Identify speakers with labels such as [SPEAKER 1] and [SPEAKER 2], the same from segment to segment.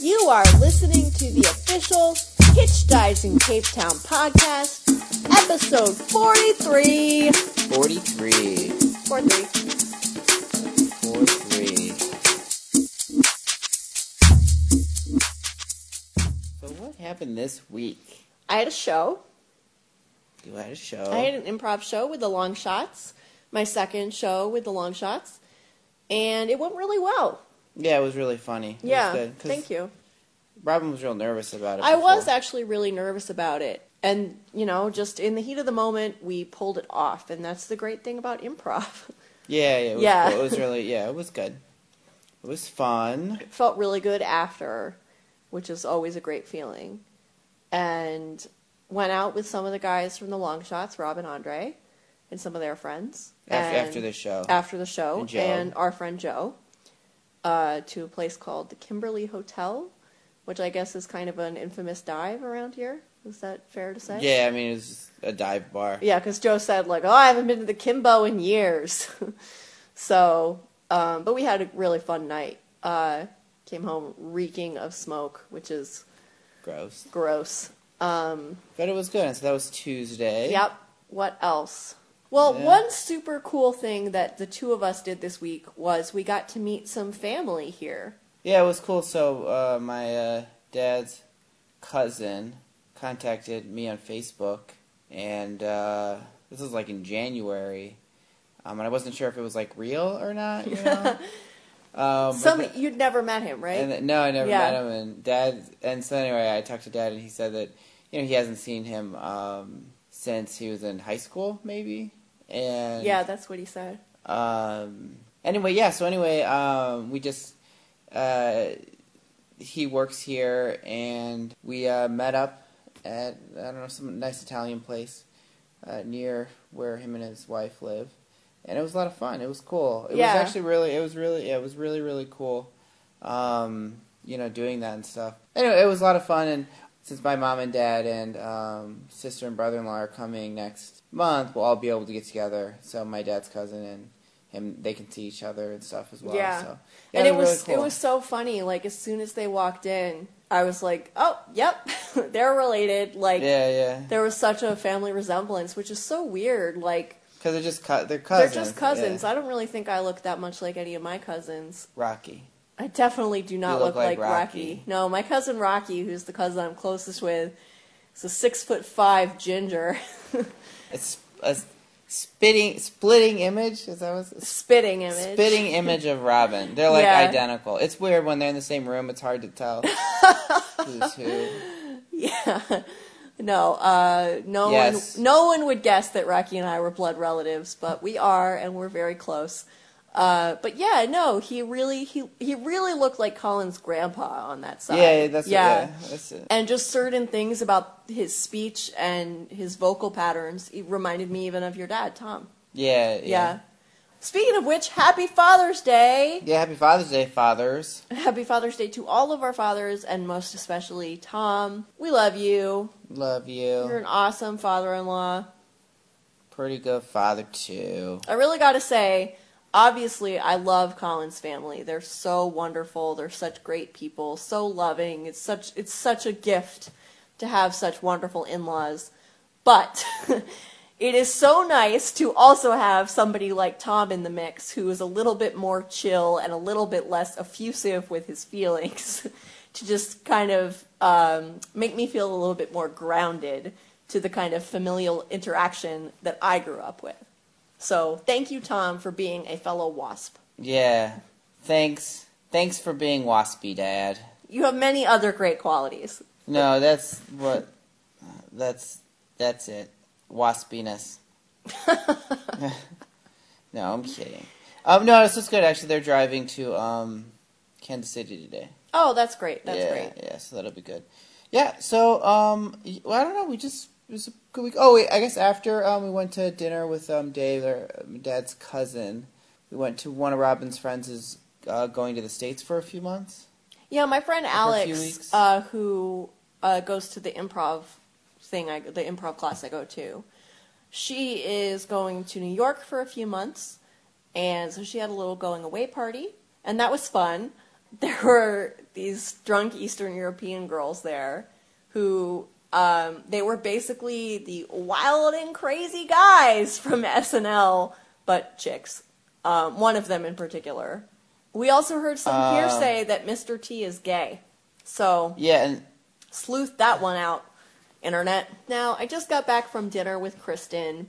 [SPEAKER 1] You are listening to the official Hitch Dives in Cape Town podcast, episode 43.
[SPEAKER 2] 43.
[SPEAKER 1] 43.
[SPEAKER 2] 43. So what happened this week?
[SPEAKER 1] I had a show.
[SPEAKER 2] You had a show.
[SPEAKER 1] I had an improv show with the Long Shots, my second show with the Long Shots, and it went really well.
[SPEAKER 2] yeah, it was really funny. It was
[SPEAKER 1] yeah,
[SPEAKER 2] good, 'cause
[SPEAKER 1] thank you.
[SPEAKER 2] Robin was real nervous about it.
[SPEAKER 1] I was
[SPEAKER 2] before.
[SPEAKER 1] actually really nervous about it. And, you know, just in the heat of the moment, we pulled it off. And that's the great thing about improv.
[SPEAKER 2] Yeah, yeah. It was,
[SPEAKER 1] Yeah.
[SPEAKER 2] cool. It was really. Yeah, it was good. It was fun.
[SPEAKER 1] It felt really good after, which is always a great feeling. And went out with some of the guys from the long shots, Rob and Andre, and some of their friends.
[SPEAKER 2] After,
[SPEAKER 1] And-
[SPEAKER 2] after the show.
[SPEAKER 1] After the show.
[SPEAKER 2] And Joe.
[SPEAKER 1] and our friend Joe uh, to a place called the Kimberly Hotel, which I guess is kind of an infamous dive around here. Is that fair to say?
[SPEAKER 2] yeah, I mean, it was just a dive bar.
[SPEAKER 1] Yeah, because Joe said like, "Oh, I haven't been to the Kimbo in years," so. Um, but we had a really fun night. Uh, came home reeking of smoke, which is
[SPEAKER 2] Gross.
[SPEAKER 1] gross. Um,
[SPEAKER 2] But it was good. So that was Tuesday.
[SPEAKER 1] Yep. What else? Well,
[SPEAKER 2] Yeah.
[SPEAKER 1] one super cool thing that the two of us did this week was we got to meet some family here.
[SPEAKER 2] Yeah, it was cool. So uh, my uh, dad's cousin contacted me on Facebook, and uh, this was like in January, um, and I wasn't sure if it was like real or not. You know? um, but
[SPEAKER 1] Somebody you'd never met him, right?
[SPEAKER 2] and then- no, I never
[SPEAKER 1] Yeah.
[SPEAKER 2] met him. And dad, and so anyway, I talked to dad, and he said that you know he hasn't seen him um, since he was in high school, maybe. And
[SPEAKER 1] yeah, that's what he said.
[SPEAKER 2] um, anyway, yeah. So anyway, um, we just uh, he works here, and we uh, met up at I don't know some nice Italian place uh, near where him and his wife live, and it was a lot of fun. It was cool. It
[SPEAKER 1] Yeah.
[SPEAKER 2] was actually really. It was really. Yeah, it was really really cool. Um, you know, doing that and stuff. Anyway, it was a lot of fun, and since my mom and dad and um, sister and brother in law are coming next month, we'll all be able to get together. So my dad's cousin and him, they can see each other and stuff as well.
[SPEAKER 1] Yeah.
[SPEAKER 2] So,
[SPEAKER 1] and it
[SPEAKER 2] really
[SPEAKER 1] was it
[SPEAKER 2] cool.
[SPEAKER 1] was so funny. Like as soon as they walked in, I was like, "Oh, yep, they're related." Like
[SPEAKER 2] yeah, yeah.
[SPEAKER 1] there was such a family resemblance, which is so weird. Like
[SPEAKER 2] Because they're just cou- they're cousins.
[SPEAKER 1] they're just cousins.
[SPEAKER 2] yeah.
[SPEAKER 1] I don't really think I look that much like any of my cousins.
[SPEAKER 2] Rocky.
[SPEAKER 1] I definitely do not look,
[SPEAKER 2] You look
[SPEAKER 1] like,
[SPEAKER 2] like
[SPEAKER 1] Rocky.
[SPEAKER 2] Rocky.
[SPEAKER 1] No, my cousin Rocky, who's the cousin I'm closest with, is a six foot five ginger,
[SPEAKER 2] It's a spitting splitting image. Is that what it's-
[SPEAKER 1] spitting image.
[SPEAKER 2] Spitting image of Robin. They're like
[SPEAKER 1] Yeah.
[SPEAKER 2] identical. It's weird when they're in the same room. It's hard to tell who's who.
[SPEAKER 1] Yeah. No, uh, no
[SPEAKER 2] Yes.
[SPEAKER 1] one, no one would guess that Rocky and I were blood relatives, but we are, and we're very close. Uh, but yeah, no, he really, he he really looked like Colin's grandpa on that side.
[SPEAKER 2] Yeah, that's yeah. that's it.
[SPEAKER 1] and just certain things about his speech and his vocal patterns it reminded me even of your dad, Tom.
[SPEAKER 2] Yeah, yeah,
[SPEAKER 1] Yeah. Speaking of which, happy Father's Day!
[SPEAKER 2] Yeah, Happy Father's Day, fathers.
[SPEAKER 1] Happy Father's Day to all of our fathers, and most especially Tom. We love you.
[SPEAKER 2] Love you.
[SPEAKER 1] You're an awesome father-in-law.
[SPEAKER 2] Pretty good father too.
[SPEAKER 1] I really got to say, obviously, I love Colin's family. They're so wonderful. They're such great people. So loving. It's such it's such a gift to have such wonderful in-laws. But it is so nice to also have somebody like Tom in the mix who is a little bit more chill and a little bit less effusive with his feelings to just kind of um, make me feel a little bit more grounded to the kind of familial interaction that I grew up with. So thank you, Tom, for being a fellow wasp.
[SPEAKER 2] Yeah. Thanks. Thanks for being waspy, Dad.
[SPEAKER 1] You have many other great qualities.
[SPEAKER 2] No, that's what. That's that's it. Waspiness. no, I'm kidding. Um, no, this is good. Actually, they're driving to um, Kansas City today.
[SPEAKER 1] Oh, that's great. That's
[SPEAKER 2] yeah,
[SPEAKER 1] great.
[SPEAKER 2] Yeah, so that'll be good. Yeah, so um, y- well, I don't know. We just it was a good week. Oh wait, I guess after um, we went to dinner with um Dave, or um, Dad's cousin, we went to one of Robin's friends is uh, going to the states for a few months.
[SPEAKER 1] Yeah, my friend
[SPEAKER 2] few
[SPEAKER 1] Alex,
[SPEAKER 2] weeks.
[SPEAKER 1] uh, who uh, goes to the improv thing, I, the improv class I go to, she is going to New York for a few months, and so she had a little going away party, and that was fun. there were these drunk Eastern European girls there who um, they were basically the wild and crazy guys from SNL, but chicks. Um, one of them in particular. We also heard some
[SPEAKER 2] Um.
[SPEAKER 1] hearsay that Mr. T is gay. So
[SPEAKER 2] Yeah, and
[SPEAKER 1] sleuth that one out, internet. Now, I just got back from dinner with Kristen,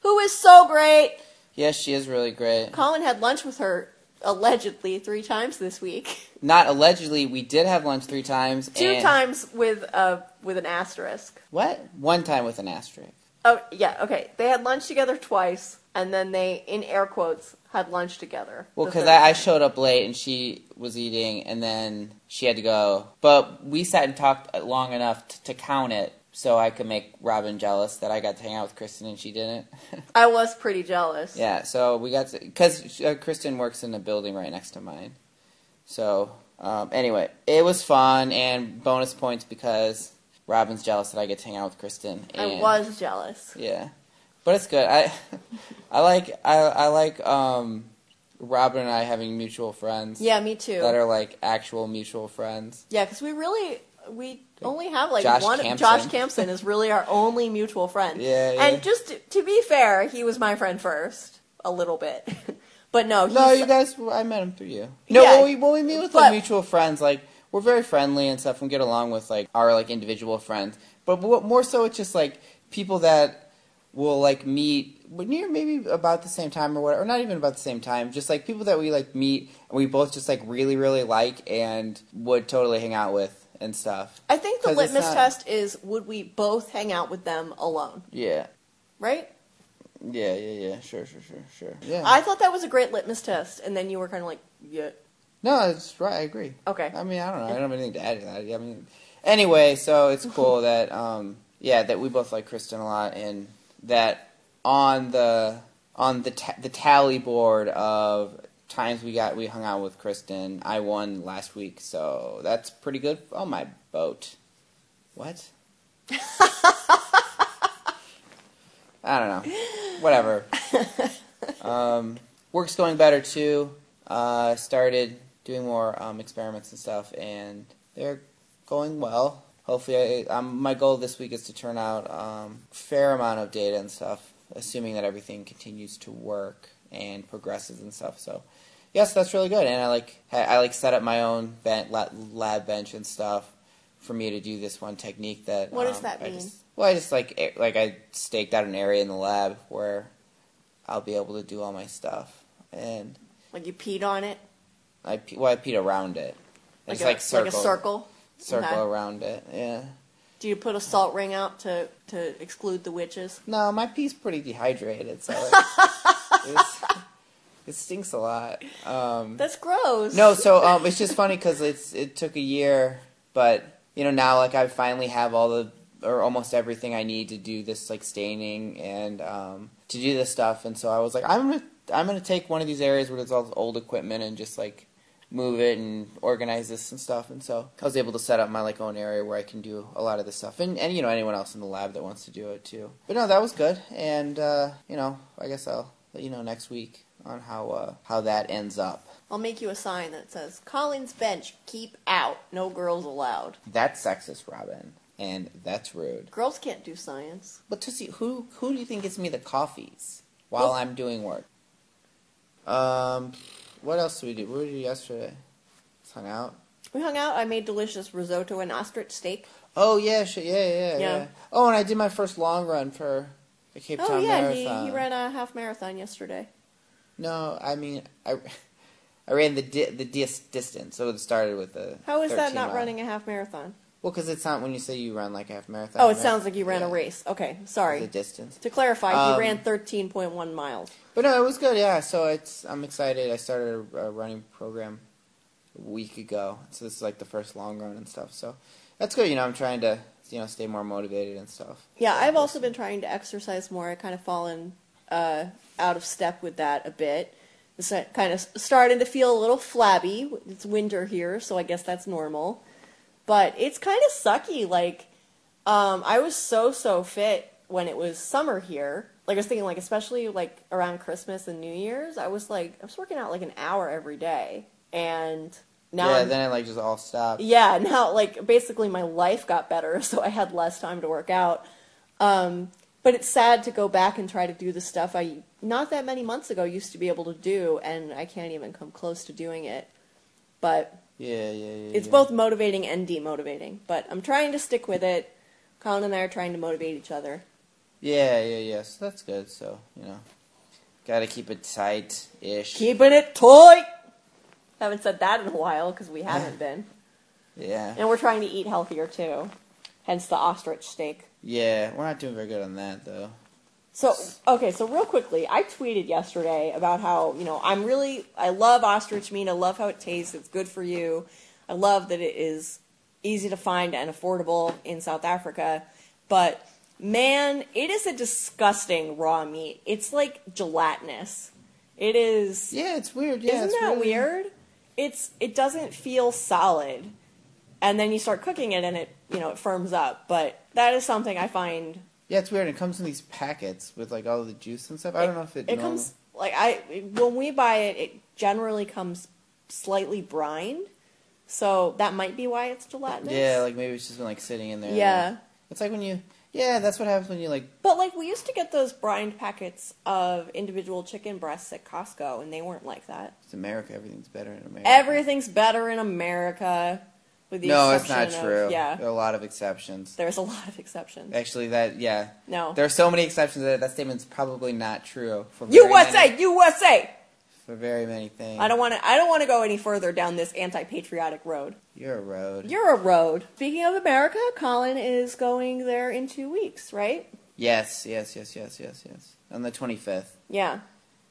[SPEAKER 1] who is so great.
[SPEAKER 2] yes, she is really great.
[SPEAKER 1] Colin had lunch with her allegedly three times this week.
[SPEAKER 2] Not allegedly, we did have lunch three times.
[SPEAKER 1] Two
[SPEAKER 2] and-
[SPEAKER 1] times with a with an asterisk.
[SPEAKER 2] What? One time with an asterisk.
[SPEAKER 1] Oh, yeah, okay. They had lunch together twice and then they in air quotes had lunch together.
[SPEAKER 2] Well,
[SPEAKER 1] the
[SPEAKER 2] because
[SPEAKER 1] third
[SPEAKER 2] I, I
[SPEAKER 1] time.
[SPEAKER 2] showed up late and she was eating, and then she had to go. But we sat and talked long enough t- to count it, so I could make Robin jealous that I got to hang out with Kristen and she didn't.
[SPEAKER 1] I was pretty jealous.
[SPEAKER 2] yeah, so we got to because uh, Kristen works in a building right next to mine. So um, anyway, it was fun and bonus points because Robin's jealous that I get to hang out with Kristen.
[SPEAKER 1] I
[SPEAKER 2] And
[SPEAKER 1] was jealous.
[SPEAKER 2] Yeah, but it's good. I I like I I like um Robin and I having mutual friends.
[SPEAKER 1] Yeah, me too.
[SPEAKER 2] That are like actual mutual friends.
[SPEAKER 1] Yeah, because we really we only have like
[SPEAKER 2] Josh
[SPEAKER 1] one.
[SPEAKER 2] Campson.
[SPEAKER 1] Josh Campson is really our only mutual friend.
[SPEAKER 2] Yeah, yeah.
[SPEAKER 1] And just to, to be fair, he was my friend first a little bit, but no, he's,
[SPEAKER 2] No, you guys. I met him through you. No,
[SPEAKER 1] Yeah,
[SPEAKER 2] when we when we meet with like
[SPEAKER 1] but-
[SPEAKER 2] mutual friends, like we're very friendly and stuff, and get along with like our like individual friends. But what more so, it's just like people that will like meet when near maybe about the same time or whatever, or not even about the same time. Just like people that we like meet and we both just like really really like and would totally hang out with and stuff.
[SPEAKER 1] I think the
[SPEAKER 2] 'Cause it's
[SPEAKER 1] litmus
[SPEAKER 2] not-
[SPEAKER 1] test is would we both hang out with them alone,
[SPEAKER 2] Yeah.
[SPEAKER 1] right?
[SPEAKER 2] Yeah, yeah, yeah. Sure, sure, sure, sure. Yeah.
[SPEAKER 1] I thought that was a great litmus test, and then you were kind of like, yeah,
[SPEAKER 2] no, it's right. I agree.
[SPEAKER 1] okay,
[SPEAKER 2] I mean, I don't know. I don't have anything to add to that. I mean, anyway, so it's cool that um, yeah, that we both like Kristen a lot, and that on the on the ta- the tally board of times we got we hung out with Kristen, I won last week, so that's pretty good on my boat. What? I don't know. Whatever. um, work's going better too. Uh, started doing more um, experiments and stuff, and they're going well. Hopefully, I, um, my goal this week is to turn out um, fair amount of data and stuff, assuming that everything continues to work and progresses and stuff. So, yes, that's really good. And I like I, I like set up my own ben- la- lab bench and stuff for me to do this one technique that.
[SPEAKER 1] What does
[SPEAKER 2] um,
[SPEAKER 1] that
[SPEAKER 2] I
[SPEAKER 1] mean?
[SPEAKER 2] just- well, I just like a- like I staked out an area in the lab where I'll be able to do all my stuff. And
[SPEAKER 1] like you peed on it,
[SPEAKER 2] I pe- well, I peed around it. It's like,
[SPEAKER 1] a, like a circle.
[SPEAKER 2] circle
[SPEAKER 1] Okay.
[SPEAKER 2] around it. Yeah.
[SPEAKER 1] Do you put a salt ring out to to exclude the witches?
[SPEAKER 2] No, my pee's pretty dehydrated, so it, it's, it stinks a lot. Um,
[SPEAKER 1] That's gross.
[SPEAKER 2] no, so um, it's just funny because it's it took a year, but you know now like I finally have all the or almost everything I need to do this like staining and um, to do this stuff, and so I was like I'm gonna I'm gonna take one of these areas where there's all this old equipment and just like move it and organize this and stuff and so I was able to set up my like own area where I can do a lot of this stuff and, and you know anyone else in the lab that wants to do it too but no that was good and uh, you know I guess I'll let you know next week on how uh, how that ends up
[SPEAKER 1] I'll make you a sign that says Collins Bench, keep out, no girls allowed.
[SPEAKER 2] That's sexist, Robin, and that's rude.
[SPEAKER 1] Girls can't do science.
[SPEAKER 2] But Tussie, who who do you think gets me the coffees while
[SPEAKER 1] Who?
[SPEAKER 2] I'm doing work? Um, what else did we do? What did we do yesterday? Just hung out.
[SPEAKER 1] We hung out. I made delicious risotto and ostrich steak.
[SPEAKER 2] Oh yeah, shit, yeah, yeah, yeah,
[SPEAKER 1] Yeah.
[SPEAKER 2] yeah. Oh, and I did my first long run for the Cape
[SPEAKER 1] Oh
[SPEAKER 2] Town
[SPEAKER 1] yeah, he,
[SPEAKER 2] Marathon.
[SPEAKER 1] he ran a half marathon yesterday.
[SPEAKER 2] No, I mean I. I ran the di- the dis- distance, so it started with the.
[SPEAKER 1] How is that
[SPEAKER 2] 13
[SPEAKER 1] not
[SPEAKER 2] mile.
[SPEAKER 1] running a half marathon?
[SPEAKER 2] Well, because it's not when you say you run like a half marathon.
[SPEAKER 1] Oh, it
[SPEAKER 2] right?
[SPEAKER 1] sounds like you ran a
[SPEAKER 2] Yeah,
[SPEAKER 1] race. Okay,
[SPEAKER 2] The
[SPEAKER 1] sorry.
[SPEAKER 2] distance.
[SPEAKER 1] To clarify, he
[SPEAKER 2] Um,
[SPEAKER 1] ran thirteen point one miles.
[SPEAKER 2] But no, it was good. Yeah, so it's I'm excited. I started a, a running program a week ago, so this is like the first long run and stuff. So that's good. You know, I'm trying to you know stay more motivated and stuff.
[SPEAKER 1] Yeah, I've also been trying to exercise more. I kind of fallen uh, out of step with that a bit. It's uh, kind of starting to feel a little flabby. It's winter here, so I guess that's normal. But it's kind of sucky. Like, um, I was so so fit when it was summer here. Like I was thinking, like especially like around Christmas and New Year's, I was like I was working out like an hour every day, and Now
[SPEAKER 2] yeah,
[SPEAKER 1] I'm-
[SPEAKER 2] then it like just all stopped.
[SPEAKER 1] yeah, now like basically my life got better, so I had less time to work out. Um, but it's sad to go back and try to do the stuff I not that many months ago used to be able to do, and I can't even come close to doing it. But
[SPEAKER 2] Yeah, yeah, yeah.
[SPEAKER 1] it's
[SPEAKER 2] yeah.
[SPEAKER 1] both motivating and demotivating. But I'm trying to stick with it. Colin and I are trying to motivate each other.
[SPEAKER 2] Yeah, yeah, yeah. So that's good. So you know, gotta keep it tight ish.
[SPEAKER 1] Keeping it tight. Haven't said that in a while because we haven't been,
[SPEAKER 2] yeah,
[SPEAKER 1] and we're trying to eat healthier too. Hence the ostrich steak.
[SPEAKER 2] yeah. We're not doing very good on that though.
[SPEAKER 1] So okay, so real quickly, I tweeted yesterday about how you know I'm really I love ostrich meat. I love how it tastes. It's good for you. I love that it is easy to find and affordable in South Africa. But man, it is a disgusting raw meat. It's like gelatinous. It is.
[SPEAKER 2] Yeah, it's weird. Yeah,
[SPEAKER 1] Isn't
[SPEAKER 2] it's
[SPEAKER 1] that
[SPEAKER 2] really-
[SPEAKER 1] weird? It's it doesn't feel solid, and then you start cooking it, and it you know it firms up. But that is something I find
[SPEAKER 2] Yeah, it's weird. It comes in these packets with like all the juice and stuff. I don't know if it.
[SPEAKER 1] it comes like I when we buy it, it generally comes slightly brined, so that might be why it's gelatinous.
[SPEAKER 2] Yeah, like maybe it's just been like sitting in there.
[SPEAKER 1] Yeah.
[SPEAKER 2] It's like when you. Yeah, that's what happens when you like.
[SPEAKER 1] but like we used to get those brined packets of individual chicken breasts at Costco, and they weren't like that.
[SPEAKER 2] It's America. Everything's better in America.
[SPEAKER 1] Everything's better in America, with the
[SPEAKER 2] No, it's
[SPEAKER 1] exception
[SPEAKER 2] not
[SPEAKER 1] of,
[SPEAKER 2] true. There
[SPEAKER 1] Yeah,
[SPEAKER 2] are a lot of exceptions.
[SPEAKER 1] there's a lot of exceptions.
[SPEAKER 2] Actually, that yeah.
[SPEAKER 1] No,
[SPEAKER 2] There are so many exceptions that that statement's probably not true. For very
[SPEAKER 1] USA,
[SPEAKER 2] many-
[SPEAKER 1] USA.
[SPEAKER 2] for very many things.
[SPEAKER 1] I don't want to. I don't want to go any further down this anti-patriotic road.
[SPEAKER 2] You're a road.
[SPEAKER 1] You're a road. Speaking of America, Colin is going there in two weeks, right?
[SPEAKER 2] Yes, yes, yes, yes, yes, yes. On the 25th
[SPEAKER 1] Yeah.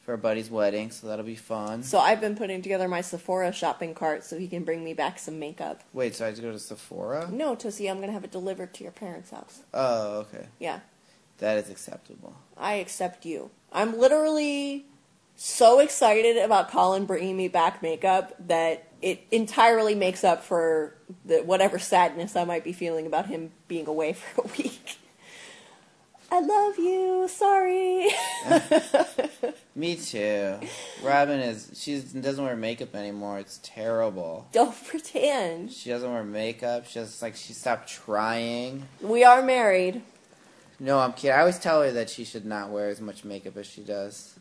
[SPEAKER 2] for a buddy's wedding, so that'll be fun.
[SPEAKER 1] So I've been putting together my Sephora shopping cart so he can bring me back some makeup.
[SPEAKER 2] Wait, so I have to go to Sephora?
[SPEAKER 1] No, Tosi, I'm gonna have it delivered to your parents' house.
[SPEAKER 2] Oh, okay.
[SPEAKER 1] Yeah,
[SPEAKER 2] That is acceptable.
[SPEAKER 1] I accept you. I'm literally so excited about Colin bringing me back makeup that it entirely makes up for the, whatever sadness I might be feeling about him being away for a week. I love you. Sorry.
[SPEAKER 2] Me too. Robin is she doesn't wear makeup anymore. It's terrible.
[SPEAKER 1] Don't pretend.
[SPEAKER 2] She doesn't wear makeup. She just like she stopped trying.
[SPEAKER 1] We are married.
[SPEAKER 2] No, I'm kidding. I always tell her that she should not wear as much makeup as she does.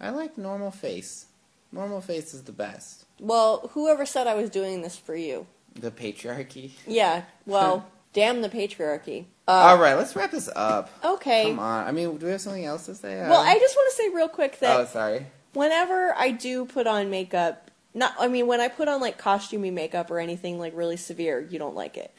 [SPEAKER 2] I like normal face. Normal face is the best.
[SPEAKER 1] Well, whoever said I was doing this for you?
[SPEAKER 2] The patriarchy.
[SPEAKER 1] Yeah, well, damn the patriarchy.
[SPEAKER 2] All
[SPEAKER 1] Uh,
[SPEAKER 2] right, let's wrap this up.
[SPEAKER 1] Okay.
[SPEAKER 2] Come on. I mean, do we have something else to say?
[SPEAKER 1] Well,
[SPEAKER 2] Adam?
[SPEAKER 1] I just want to say real quick that
[SPEAKER 2] Oh, sorry.
[SPEAKER 1] whenever I do put on makeup, not I mean when I put on like costumey makeup or anything like really severe, you don't like it.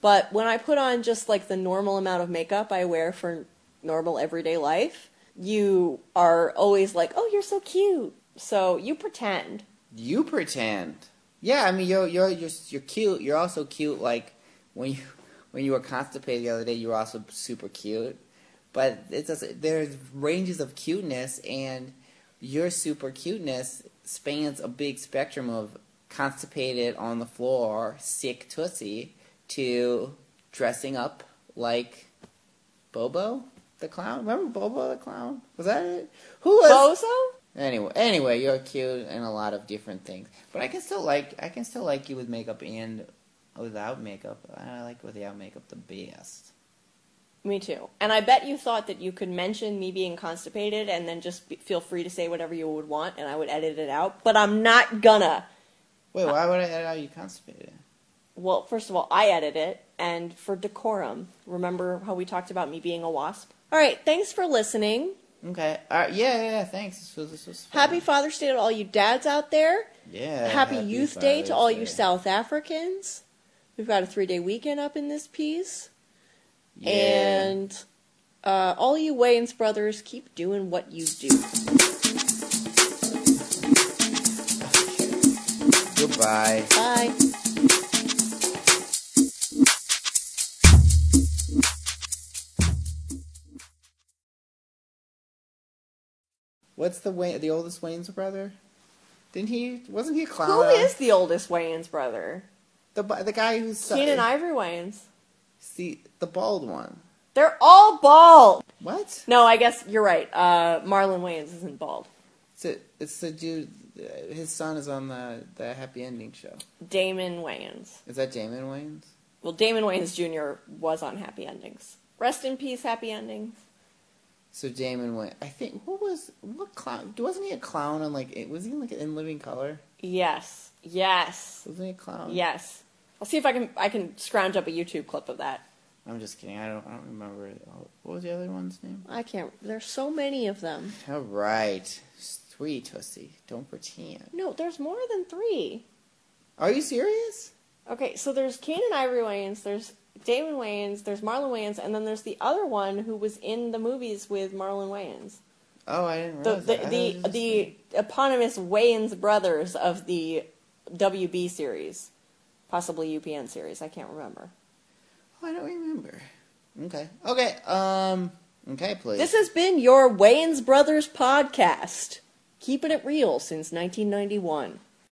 [SPEAKER 1] But when I put on just like the normal amount of makeup I wear for normal everyday life, you are always like, "Oh, you're so cute." So you pretend.
[SPEAKER 2] You pretend. Yeah, I mean, you're you're you're, you're cute. You're also cute. Like when you when you were constipated the other day, you were also super cute. But it doesn't. There's ranges of cuteness, and your super cuteness spans a big spectrum of constipated on the floor, sick tussie, to dressing up like Bobo the clown. Remember Bobo the clown? Was that it? Who was?
[SPEAKER 1] Bozo?
[SPEAKER 2] Anyway, anyway, you're cute and a lot of different things, but I can still like I can still like you with makeup and without makeup. I like without makeup the best.
[SPEAKER 1] Me too. And I bet you thought that you could mention me being constipated and then just be, feel free to say whatever you would want and I would edit it out. But I'm not gonna.
[SPEAKER 2] Wait, why would I edit out you constipated?
[SPEAKER 1] Well, first of all, I edit it. And for decorum, remember how we talked about me being a wasp? All right, thanks for listening.
[SPEAKER 2] Okay, all right, yeah, yeah, yeah, thanks. This was this was fun.
[SPEAKER 1] Happy Father's Day to all you dads out there.
[SPEAKER 2] yeah.
[SPEAKER 1] happy, Youth Day
[SPEAKER 2] Father's
[SPEAKER 1] to all you
[SPEAKER 2] Day.
[SPEAKER 1] South Africans. We've got a three day weekend up in this piece.
[SPEAKER 2] Yeah.
[SPEAKER 1] And uh, all you Wayans brothers, keep doing what you do.
[SPEAKER 2] goodbye.
[SPEAKER 1] Bye.
[SPEAKER 2] What's the Wayne, the oldest Wayne's brother? Didn't he? Wasn't he a clown?
[SPEAKER 1] Who is the oldest Wayans brother?
[SPEAKER 2] the bu- the guy who's
[SPEAKER 1] Keenan Ivory Wayans.
[SPEAKER 2] See the bald one.
[SPEAKER 1] They're all bald.
[SPEAKER 2] What?
[SPEAKER 1] No, I guess you're right. Uh, Marlon Wayans isn't bald.
[SPEAKER 2] It's a, it's the dude. uh, His son is on the the Happy Ending show.
[SPEAKER 1] Damon Wayans.
[SPEAKER 2] Is that Damon Wayans?
[SPEAKER 1] Well, Damon Wayans Jr. was on Happy Endings. Rest in peace, Happy Endings.
[SPEAKER 2] So Damon Wayans. I think what was what clown? Wasn't he a clown on like? it- Was he in like in Living Color?
[SPEAKER 1] Yes, yes,
[SPEAKER 2] Wasn't he a clown?
[SPEAKER 1] yes. I'll see if I can I can scrounge up a YouTube clip of that.
[SPEAKER 2] I'm just kidding. I don't. I don't remember. Oh, What was the other one's name?
[SPEAKER 1] I can't. There's so many of them.
[SPEAKER 2] All right, three Toasty. Don't pretend.
[SPEAKER 1] No, there's more than three.
[SPEAKER 2] Are you serious?
[SPEAKER 1] Okay, so there's Keenan Ivory Wayans, there's Damon Wayans, there's Marlon Wayans, and then there's the other one who was in the movies with Marlon Wayans.
[SPEAKER 2] Oh, I didn't
[SPEAKER 1] The
[SPEAKER 2] realize that. I thought it
[SPEAKER 1] the
[SPEAKER 2] was
[SPEAKER 1] the,
[SPEAKER 2] just me.
[SPEAKER 1] the eponymous Wayans brothers of the WB series, possibly UPN series. I can't remember.
[SPEAKER 2] Oh, I don't remember. Okay. Okay. Um. Okay, please.
[SPEAKER 1] This has been your Wayans Brothers podcast, keeping it real since 1991.